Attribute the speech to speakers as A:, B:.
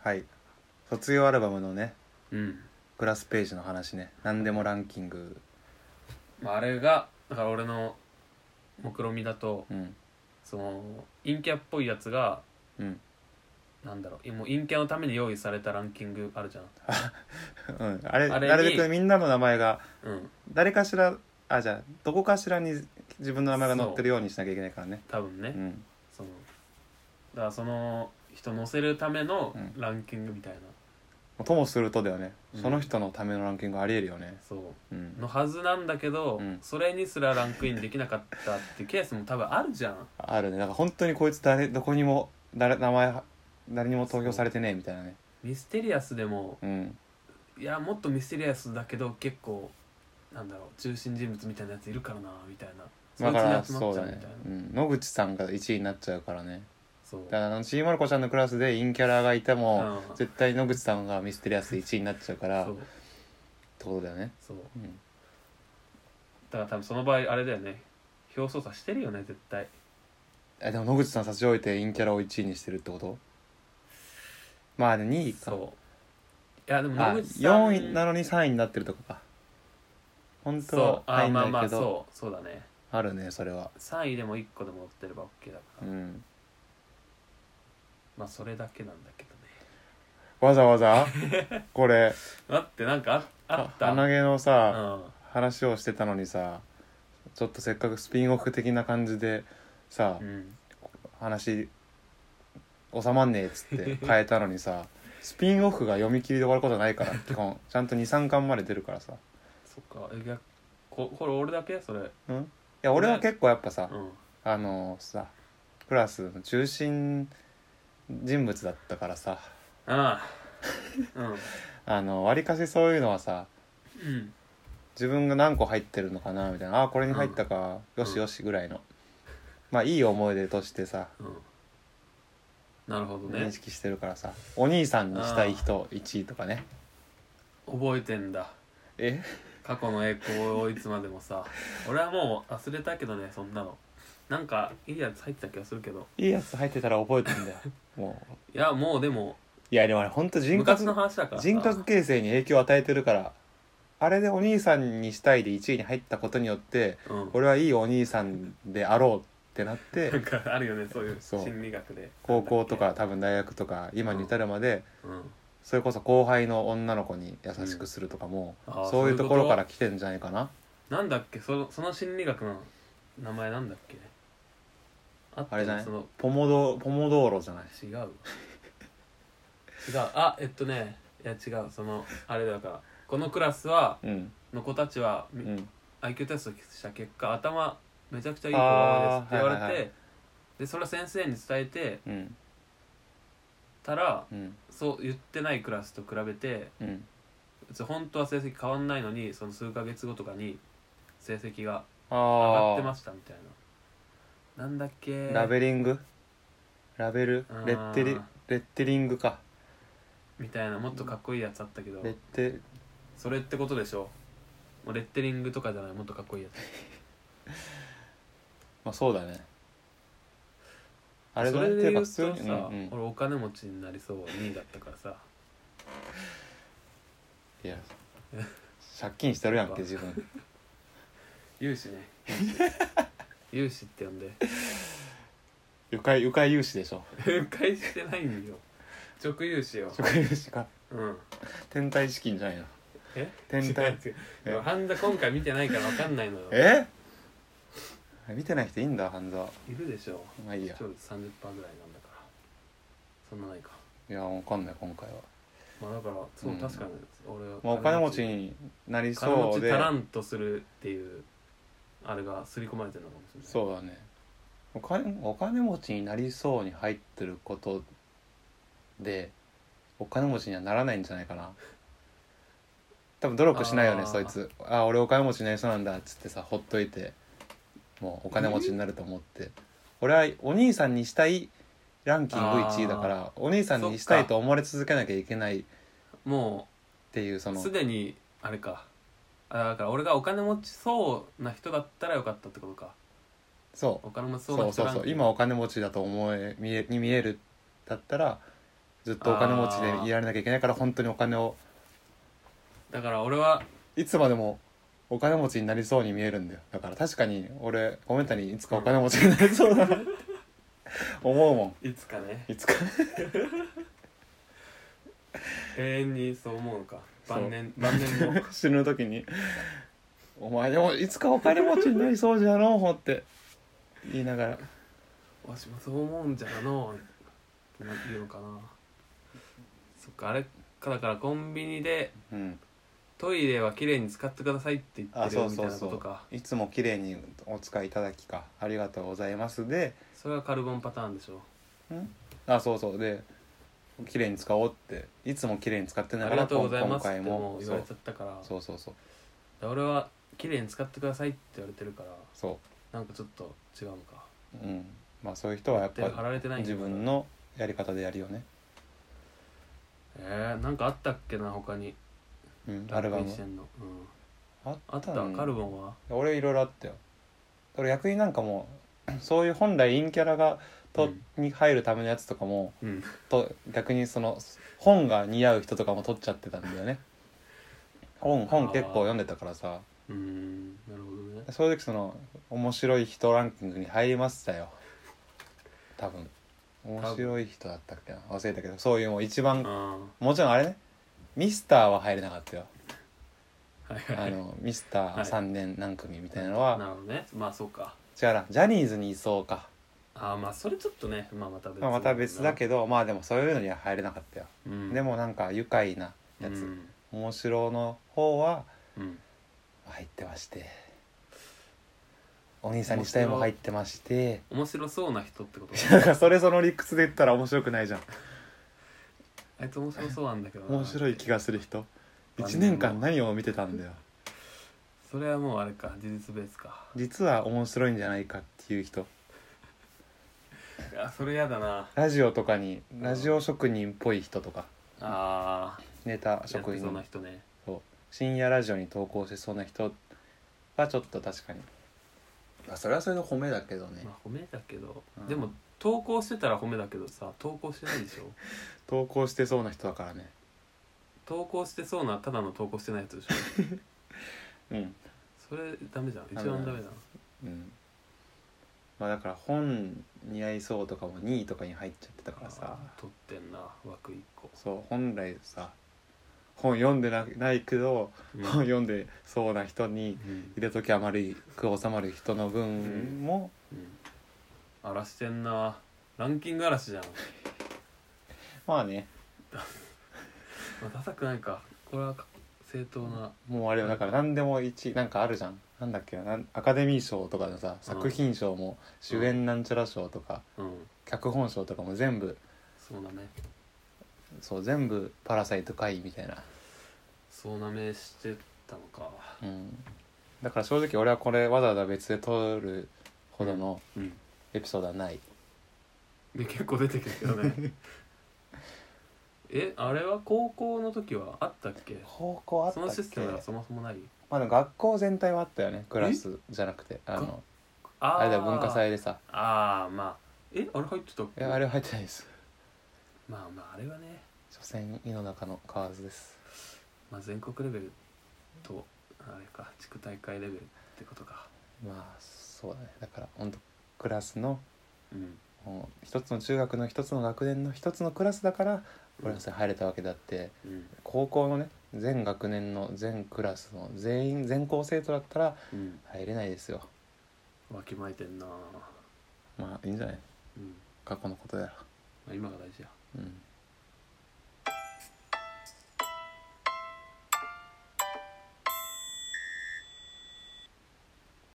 A: はい卒業アルバムのね
B: うん、
A: プラスページの話ね何でもランキング
B: まあ、あれがだから俺の目論見みだと
A: うん
B: その陰キャっぽいやつが
A: うん
B: なんだろうもう陰キャのために用意されたランキングあるじゃん
A: うんあれ
B: あれに
A: なるべくみんなの名前が
B: うん
A: 誰かしらあじゃあどこかしらに自分の名前が載ってるようにしなきゃいけないからね
B: 多分ね、
A: うん
B: そのだからその人乗せるための
A: うん
B: ランキングみたいな、
A: ともするとだよね
B: うん
A: その人のためのランキングありえるよね
B: そう
A: うん
B: のはずなんだけど、
A: うん
B: それにすらランクインできなかったってケースも多分あるじゃん
A: あるねなんか本当にこいつ誰どこにも誰名前は誰にも投票されてねえみたいなね
B: ミステリアスでも
A: うん
B: いやもっとミステリアスだけど結構なんだろう中心人物みたいなやついるからなみたいなそい
A: だ
B: つ
A: から
B: に集ま
A: そ
B: っ
A: う
B: ちゃう
A: だ
B: みたい
A: ね
B: な、
A: うん野口さんが1位になっちゃうからね
B: そう
A: だからあのちーまる子ちゃんのクラスで陰キャラがいても
B: う ん
A: 絶対野口さんがミステリアス1位になっちゃうからっ
B: そ
A: て
B: う
A: ことだよね
B: そう
A: うん
B: だから多分その場合あれだよね票操作してるよね絶対
A: えでも野口さん差し置いて陰キャラを1位にしてるってことまあね2位か
B: そういやでも
A: あ
B: 野口さん
A: 4位なのに3位になってるとこか本当
B: そう
A: は
B: あ
A: 入ん
B: ま
A: な
B: あ
A: い
B: ま
A: け
B: あ
A: ど
B: そうそうだね
A: あるねそれは
B: 3位でも1個でも持ってれば OK だから、
A: うん
B: まあそれだけなんだけどね
A: わざわ ざこれ
B: 待ってなんかああった
A: 鼻毛の
B: う
A: さ、
B: ん
A: 話をしてたのにさちょっとせっかくスピンオフ的な感じでさ、
B: うん、
A: 話収まんねえっつって変えたのにさスピンオフが読み切りで終わることないから基本ちゃんと23巻まで出るからさ、
B: そっかえ逆ここれ俺だけそれ
A: うん、いや俺は結構やっぱさ、
B: うん
A: あのさクラスの中心人物だったからさ
B: あ あうん
A: あのわりかしそういうのはさ
B: うん
A: 自分が何個入ってるのかなみたいなあーこれに入ったか、
B: うん
A: よしよしぐらいのまあいい思い出としてさ、
B: うんなるほど
A: 認
B: ね
A: 識してるからさお兄さんにしたい人1位とかね
B: 覚えてんだ
A: え
B: 過去の栄光をいつまでもさ俺はもう忘れたけどねそんなのなんかいいやつ入ってた気がするけど
A: いいやつ入ってたら覚えて んだよもう
B: いやもうでも
A: いやでもあれほんと人
B: 昔
A: 格
B: の話だからさ
A: 人格形成に影響を与えてるからあれでお兄さんにしたいで1位に入ったことによって
B: うん、
A: 俺はいいお兄さんであろうってなっ
B: なん
A: て
B: かあるよねそういう
A: そう
B: 心理学で
A: 高校とか多分大学とか今に至るまで、
B: うん
A: それこそ後輩の女の子に優しくするとかも、
B: うんあー
A: そういうとこ
B: そうい
A: ろ
B: うこと
A: から来てんじゃないかな
B: なんだっけそのその心理学の名前なんだっけあった
A: あれじゃない
B: その
A: ポモドポモ道路じゃない
B: 違うわ 違うあえっとねいや違うそのあれだからこのクラスは
A: うん、
B: の子たちは、
A: う
B: み
A: ん、
B: IQ テストした結果頭めちゃくちゃいい子が多いですって言われて、
A: あーはいはいは
B: でそれを先生に伝えて
A: うん
B: たら
A: うん
B: そう言ってないクラスと比べて
A: うん
B: 別に本当は成績変わんないのにその数ヶ月後とかに成績が上が
A: あ
B: ってま
A: あ
B: したみたいななんだっけ
A: ラベリングラベル
B: あー
A: レッテリレッテリングか
B: みたいなもっとかっこいいやつあったけど
A: レッテ
B: それってことでしょもうレッテリングとかじゃないもっとかっこいいやつ
A: まあそうだねあれ
B: そ
A: だね
B: れ
A: ってい
B: で
A: う
B: 言
A: か
B: う
A: 普
B: とさ、
A: 通に、うんうん、
B: 俺お金持ちになりそう2位だったからさ
A: い や借金してるやんけ自分
B: 融資ね 融資って呼んで
A: 迂回迂回融資でしょ
B: 返してないんよ直融資よ
A: 迂回融資か
B: うん
A: 天体資金じゃないの
B: え
A: 天体
B: 違う違う半沢今回見てないから分かんないのよ
A: え見てない人いいんだ半沢
B: いるでしょ
A: まあいい
B: 視
A: や
B: 聴率30%ぐらいなんだからそんなないか
A: いやわかんない今回は、
B: まあだからそ
A: う
B: う、
A: ん
B: 確かに俺は
A: まあ、お金持ちになり
B: 金持
A: そう
B: ち
A: で
B: タランとするっていうあれが刷り込まれてるのかもしれない
A: そうだねお金お金持ちになりそうに入ってることでお金持ちにはならないんじゃないかな多分努力しないよ
B: あ
A: ね
B: ー
A: そいつああ俺お金持ちになりそうなんだっつってさほっといてもうお金持ちになると思って俺はお兄さんにしたいランキング1位だからお兄さんにしたいと思われ続けなきゃいけないっ
B: も
A: ていうそうの
B: すでにあれかあだから俺がお金持ちそうな人だったらよかったってことか
A: そう
B: お金持ちそ
A: そう
B: うな
A: そうそ
B: 人
A: う
B: ランキング
A: 今お金持ちだと思え見えに見えるだったらずっとお金持ちでいられなきゃいけないから本当にお金を
B: だから俺はい
A: つまでもお金持ちになりそうに見えるんだよだから確かに俺コメンタにいつかお金持ちになりそうだなって思うも
B: いつかね
A: んいつか
B: 永遠にそう思うのか 晩年晩年も
A: 死ぬ時に「お前でもいつかお金持ちになりそうじゃのう」って言いながら
B: わしもそう思うんじゃがのって言うのかなそっかあれかだからコンビニで
A: うん
B: トイレは綺麗に使ってくださいって言
A: あ
B: ってる
A: そう
B: みた
A: そ
B: いうな
A: そ
B: こと
A: う
B: か
A: いつも綺麗にお使いいただきかありがとうございますで
B: それはカルボンパターンでしょ
A: あそうそうで綺麗に使おうっていつも綺麗に使って
B: あ
A: な
B: り
A: が
B: が
A: ら
B: とうござい
A: 今
B: ますっ
A: 回
B: ても
A: も
B: う言
A: そ
B: われ
A: う
B: ちゃったから
A: そうそうそう
B: 俺は綺麗に使ってくださいって言われてるから
A: そ
B: なんかちょっと違うのか
A: ううんまあそういう人はやっ
B: 手貼
A: ぱ
B: られてないんだ
A: 自分のやり方でやるよね、
B: えー、なんかあったっけな他に
A: うん、ア
B: ラ
A: ルバ
B: ップイン
A: ム
B: してんの、うん、
A: あっ
B: あった
A: ん
B: カルボンは
A: 俺いろいろあったよ俺役になんかもう そういう本来陰キャラがと、に入るためのやつとかも
B: うん
A: と逆にその本が似合う人とかも取っちゃってたんだよね本本結構読んでたからさ
B: うんなるほどね
A: そういう時その面白い人ランキングに入りましたよ多分面白い人だったっけな忘れたけどそういうもう一番
B: あ
A: もちろんあれねミスターは入れなかったよ
B: あはいは
A: あ
B: い
A: のミスター
B: はい
A: 3年何組みたいなのは、
B: なるほどねまあそうか
A: 違うなジャニーズにいそうか
B: ああまあそれちょっとねまあまた別
A: まあ、また別だけどまあでもそういうのには入れなかったよ、
B: ど、うん、
A: でもなんか愉快なや
B: う
A: つ、
B: ん
A: 面白の方は
B: うん
A: 入ってましてお兄さんにしたいも入ってまして
B: 面白そうな人ってこと
A: なんかそれその理屈で言ったら面白くないじゃん
B: あいつ面白そうなんだけどな
A: 面白い気がする人
B: まあ
A: 1年間何を見てたんだよ
B: それはもうあれか事実ベースか
A: 実は面白いんじゃないかっていう人
B: いやそれやだな
A: ラジオとかにラジオ職人っぽい人とか
B: ああ
A: ネタ
B: やって
A: 職
B: そうな
A: 員
B: 人ね
A: を深夜ラジオに投稿してそうな人はちょっと確かに、まあ、それはそれの褒めだけどね
B: まあ褒めだけど、
A: うん
B: でも投稿してたら褒めだけどさ投稿してないでしょ
A: 投稿してそうな人だからね
B: 投稿してそうなただの投稿してないやつでしょ
A: うん、
B: それダメじゃん一
A: ダメだ
B: 番ダメじゃん
A: うん、まあだから本に合いそうとかも2位とかに入っちゃってたからさ
B: あー取ってんな枠一 個、
A: そう本来さ本読んでなないけど、
B: うん
A: 本 読んでそうな人に
B: うん
A: 入れときゃ丸いく収まる人の分も、
B: うん荒らしてんなランキング荒らしじゃん、
A: まあね
B: まあ、ダサくないかこれはか正当な
A: もうあれよだから何でも1なんかあるじゃんなんだっけななんアカデミー賞とかのさ作品賞も主演なんちゃら賞とか
B: うん
A: 脚本賞とかも全部
B: そうなめ
A: そう全部「パラサイト会」みたいな
B: そうなめしてたのか
A: うん、だから正直俺はこれわざわざ別で撮るほどの
B: うん
A: エピソードはない、
B: で結構出てくるけど ねえあれは高校の時はあったっけ
A: 高校あった
B: そ
A: っ
B: の
A: け
B: システムがそもそもない
A: まあでも学校全体はあったよねクラスじゃなくてあ
B: が
A: の
B: あー
A: あれだよ文化祭でさ
B: ああまあえあれ入ってたっ
A: い
B: け
A: やあれは入ってないです
B: まあまああれはね、
A: 所詮井の中の河津です
B: まあ、全国レベルとあれか地区大会レベルってことか
A: まあそうだねだから本当クラスの
B: うん
A: もう一つの中学の一つの学年の一つのクラスだから俺はそれ入れたわけだって
B: うん
A: 高校のね全学年の全クラスの全員全校生徒だったら
B: うん
A: 入れないですよ
B: わきまえてんな
A: まあいいんじゃない
B: うん、
A: 過去のことやら
B: まあ、今が大事や
A: うん